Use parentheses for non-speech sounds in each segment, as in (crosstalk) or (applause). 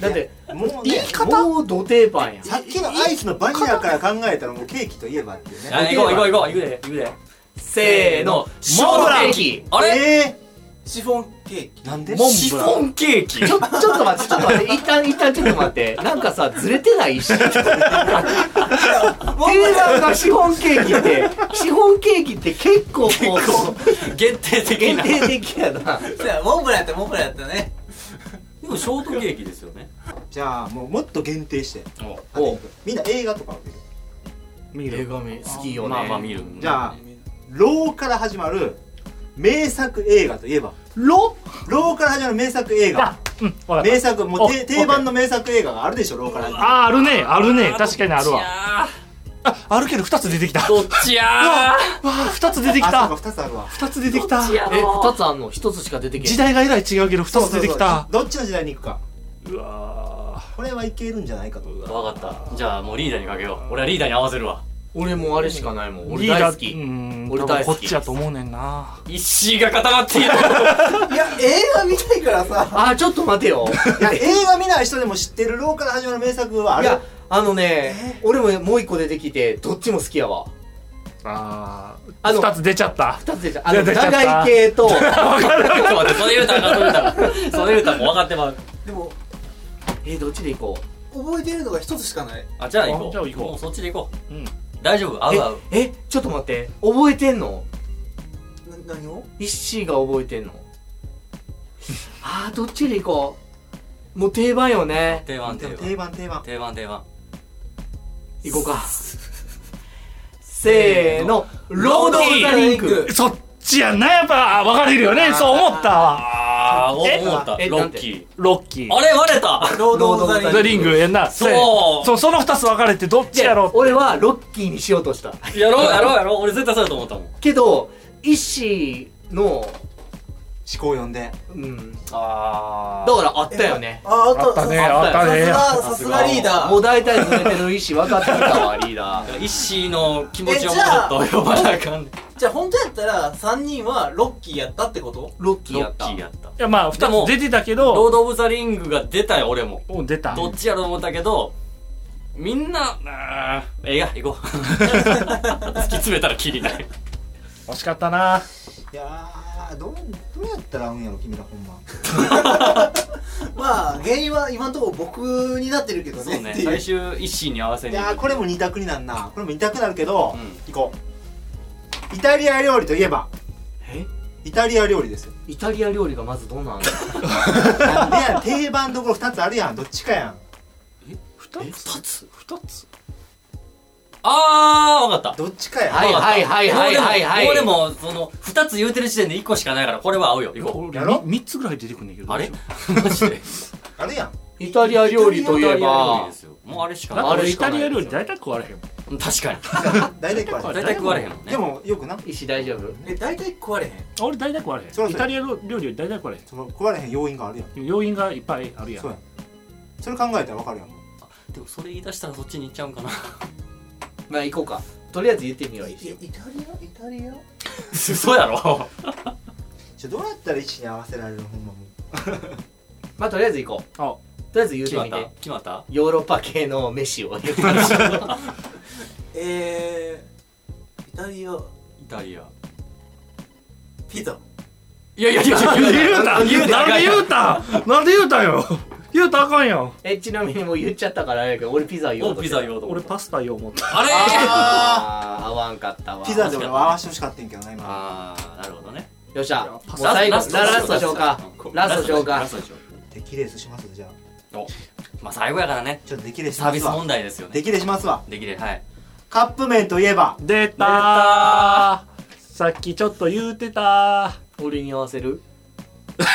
だってもう言い方もうド定番やんさっきのアイスのバニラから考えたらもうケーキといえばっていうねあ行こう行こう行こう行くで行くでせーのシフォンケーキあれえシフォンケーキー、なんでモンシブフラォンンケーキちょちょっと待ってちょっと待って一旦一旦ちょっと待ってなんかさずれてないしモンブ定ラン番がシフォンケーキってシフォンケーキって結構こう限定的限な (laughs) 定的やなそうやモンブランやったモンブランやったねでもショートケーキですよねじゃあもうもっと限定しておみんな映画とかを見見るる映画見好きよねまあまあ見るじゃあローから始まる名作映画といえばロローから始まる名作映画あうんわかった名作もうてお定番の名作映画があるでしょローから始まるあーあるねあるね確かにあるわわああるけど2つ出てきたどっちやわあ2つ出てきあそたうか2つあるわ2つ出てきたーえ二つあんの一つしか出てけ時代がえらい違うけど2つ出てきたそうそうそうどっちの時代に行くかうわこれはいけるんじゃないかとわかったじゃあもうリーダーにかけよう俺はリーダーに合わせるわ俺もうあれしかないもんー俺大好リーダきーうん俺大好き多分こっちやと思うねんな石井が固まっているい (laughs) や映画見たいからさあーちょっと待てよいや映画見ない人でも知ってるローから始まる名作はあいるやあのね俺ももう一個出てきてどっちも好きやわああの2つ出ちゃった二つ出ちゃうあの出ちゃった長い系 (laughs) とちょっと待ってそれ言うたらそれ言うたらそれ言うたらもう分かってまうでもえーどっちで行こう覚えてるのが一つしかないあじゃあ行こうあじゃあ行こうもうそっちで行こう、うん大丈夫合う合うええちょっと待って覚えてんのな何をイッシーが覚えてんのあーどっちで行こうもう定番よね定番で定も番定番定番定番定番行こうかせーのロード・オブ・ザ・リンクそっちやんなやっぱあ分かれるよねそう思ったわああ思えったえロなんッてキロッキーーあれ割れたロード・オブ・ザ・リンザ・グリングやんなそうそうその2つ分かれてどっちやろう俺はロッキーにしようとした (laughs) やろうやろうやろう俺絶対そうだと思ったもんけどイッシーの思考読んでうんだあからあったよねあああったねああっったたねさすがさすがリーダもうー大体ずれてる意思分かってき (laughs) たわリーダーあ石井の気持ちをもうちょっと呼ばなあかんじゃあ本当やったら3人はロッキーやったってことロッキーロやっッキたーやったいやまあで2もつ出てたけローどド・オブ・ザ・リングが出たよ俺もお出たどっちやろう思ったけどみんなあー映画行こう (laughs) 突き詰めたらキリない惜しかったないやーどうどうやったら合うんやろ君らほんままあ原因は今のところ僕になってるけどそうねねっていう (laughs) 最終一心に合わせいにやーこれも二択になんなこれも二択なるけど、う行こうイタリア料理といえばえイタリア料理ですよイタリア料理がまずどんなん (laughs) だなんでやん定番どころ二つあるやんどっちかやん2つ2つ2つあーわかったどっちかやん、はいはいはいはいはいはいもうでももうでもその2つ言うてる時点で1個しかないからこれは合うよ行こ俺やろ3つぐらい出てくんねんけうどあれ (laughs) マジであるやんイタリア料理といえイタリア料理ばですよもうあれしかあないあれれしイかタないですリよア料理大体食われへんもん確かに大体こあれ大体食われへんもんねでもよくな石大丈夫え大体食われへん俺大体食われへそらんそうイタリア料理より大体食われその食われへん要因があるやんへん要因がいっぱいあるやそうんやんそれ考えたらわかるやんでもそれ言い出したらそっちに行っちゃうんかな (laughs) まあ行こうかとりあえず言ってみようイ石イタリアイタリア嘘やろちょどうやったら位置に合わせられるほんまもうまあとりあえず行こうあとりあえず言う決てまっみたて決まったヨーロッパ系の飯を言ってみてえー、イタリアイタリアピザいやいやいや言うた言うたなんで言うたなんで言うたよ言うたらあかんよ (laughs) えちなみにもう言っちゃったからあれやけど俺ピザ言おうおとピしてザ言おうと思俺ったパスタよ思ったあれあー合わんかったわピザで俺は合わせてほしかったんけどな今あーなるほどねよっしゃもう最後ラストラストしようかラストしようかラストしよデキレースしますじゃうあおまあ最後やからねちょっとデキレースしサーまビすス問わ題ですよねデキレースしますわできれはいカップ麺といえば出たたさっきちょっと言うてた俺に合わせるい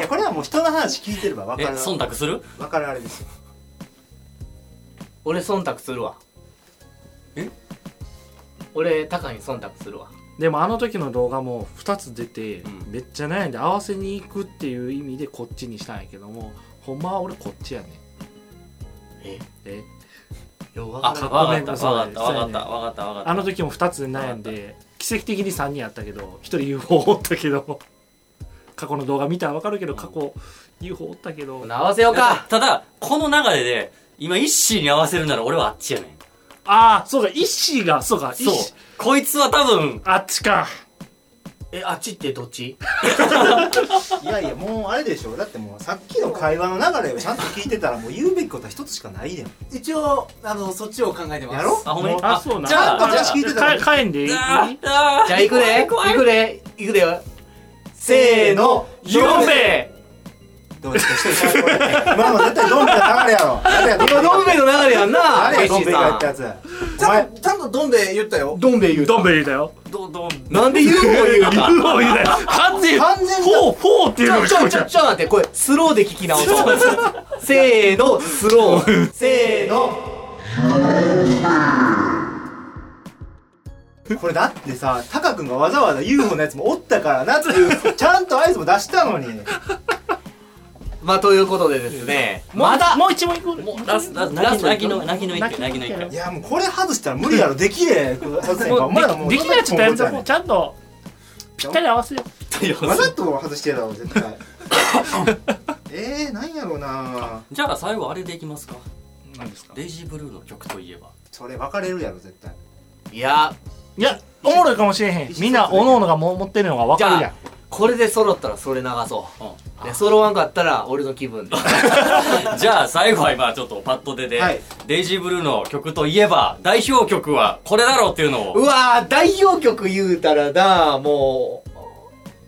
やこれはもう人の話聞いてればわかえる忖度するわかるあれですよ俺忖度するわえ俺タカに忖度するわでもあの時の動画も2つ出て、うんめっちゃ悩んで合わせに行くっていう意味でこっちにしたんやけどもほんまは俺こっちやねええよわあからんわかめっんたなわさかいったわかったわかったわかったあの時も2つで悩んで奇跡的に3人やったけど1人 UFO おったけど過去の動画見たら分かるけど過去 UFO おったけど合わせようかただこの流れで今一心に合わせるなら俺はあっちやねんああそうか一子がそうかそう一子こいつは多分あっちかえあっちってどっちいやいやもうあれでしょだってもうさっきの会話の流れをちゃんと聞いてたらもう言うべきことは一つしかないでん一応あのそっちを考えてますやろあほんまにもうあそうなんじゃあちゃんと話聞いてたらか帰んでいいあーあーじゃあ行くで怖い怖い行くで行くでよせーのゆうべどうですか一人これ今の絶対ドンペの流れやろ誰や今どん兵衛の流れやんな誰やドン石井ペが言さったやつちおゃ前んとちゃんとドンで言ったよんどん兵衛言うたドンベリだよどどなんで UFO 言うた UFO 言う (laughs) だよ完全に完全にフォーフォーっていちうのょがち聞こょえちちゃょうちょ待ってこれスローで聞き直そうせーのスローせーのこれだってさタカ君がわざわざ UFO のやつもおったからなっていうちゃんと合図も出したのにまあということでですねもうまだもう一問いくもうラスラスラス泣きの泣きの一回泣きの一回いやもうこれ外したら無理やろできねえ外せんかお前らももううでできないやつとやるとこうちわゃんとぴったり合わせようざと外してやろう絶 (laughs) 対えー、なんやろうなじゃあ最後あれでいきますか何ですかデイジーブルーの曲といえばそれ分かれるやろ絶対いやいやおもろいかもしれへんみんなおのおのがも持ってるのが分かるじやゃんこれで揃ったらそれ流そうんうで揃わんかったら俺の気分でじゃあ最後は今ちょっとパッと出で、はいデイジーブルーの曲といえば代表曲はこれだろうっていうのうをわー代表曲言うたらなも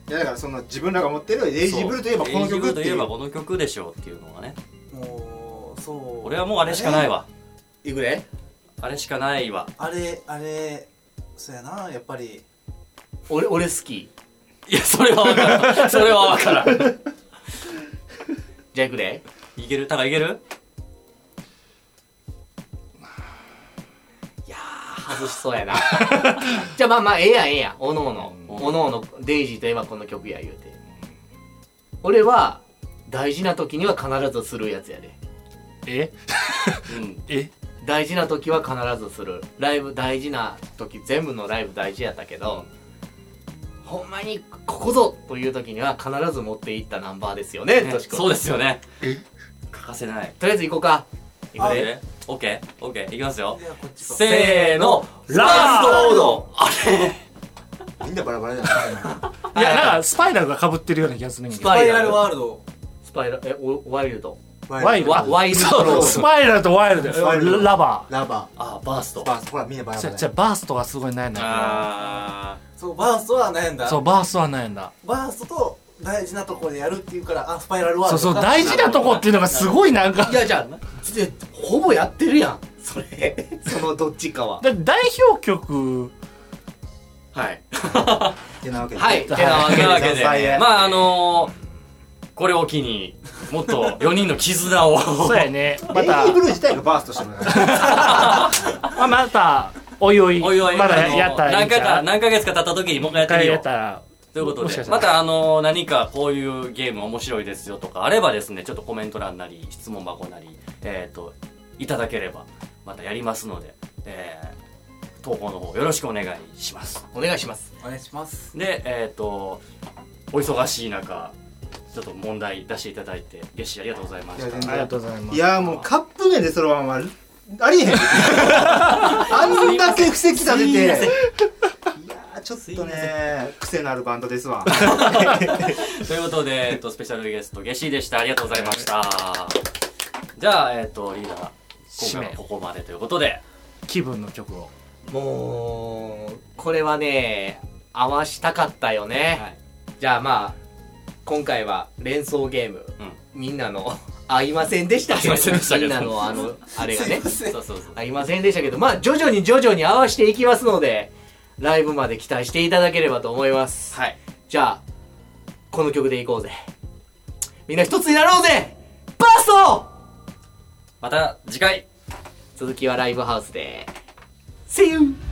ういやだからその自分らが持ってるデイジーブルーといえばこの曲そうデイジーっていブルーといえばうこの曲でしょうっていうのがねもうそう俺はもうあれしかないわいくであれしかないわあれあれそうやなやっぱり俺俺好きいやそれは分からんそれは分からんじゃあいくでいけるタカいけるいやー外しそう (laughs) やなじゃあまあまあええやんええやんおのおのうんおのおのデイジーといえばこの曲や言うて俺は大事な時には必ずするやつやでえうんえ大事な時は必ずするライブ大事な時全部のライブ大事やったけど、ほんまにここぞという時には必ず持っていったナンバーですよねねとしくんそうですよね欠かせないとりあえず行こうかいくでオッケーオッケーいきますよいやこっちかせーのラーオードみんなバラバラじゃないいやなんかスパイラルがかぶってるような気がするんやスけどスパパイイララルルワールドスパイラルえおワイルドワイルドワワイルドロースパイラルとワイルドスパイラルラバラバあバーストーバースほらみんなバラーバじラゃじゃバーストがすごい悩んだあそうバーストは悩んだそうバーストは悩んだバーストと大事なとこでやるっていうからあスパイラルワーそルうそドかう大事なとこっていうのがすごいなんか (laughs) いやじゃあつほぼやってるやんそれそのどっちかはだって代表曲ーはいてなわけではいてなわけとでいうわけで最悪まああのー、これを機にもっと4人の絆をそうやねまデイジた (laughs) ーブルー自体がバーストしてるからまあまたおいおいおいおい、まだあのやったらいい何んちゃ回うか何ヶ月か経った時にもう一回やってみよ一回やったうらということもしかでしたらまたあのー何かこういうゲーム面白いですよとかあればですねちょっとコメント欄なり質問箱なりえっ、といただければまたやりますので、えー投稿の方よろしくお願いしますお願いしますお願いしますでえっ、とお忙しい中ちょっと問題出していただいて月始ありがとうございましいや全あた然りがとうございまいすやもうカップ麺でそのままあ (laughs) りえへんあんだけ布石立てていやーちょっとね癖のあるバンドですわということで、えっと、スペシャルゲスト、ゲシーでした。ありがとうございました。じゃあ、えっと、リーダー、今回はここまでということで、気分の曲をもうこれはね合わしたかったよね、はいじゃあまあ今回は連想ゲーム、みんなの合いませんでしたけど合いませんでしたけみんどなのあのあれが (laughs) ねせんそうそうそう。合いませんでしたけどまあ徐々に徐々に合わしていきますのでライブまで期待していただければと思いますはい。じゃあこの曲でいこうぜみんな一つになろうぜバーストまた次回続きはライブハウスで See you!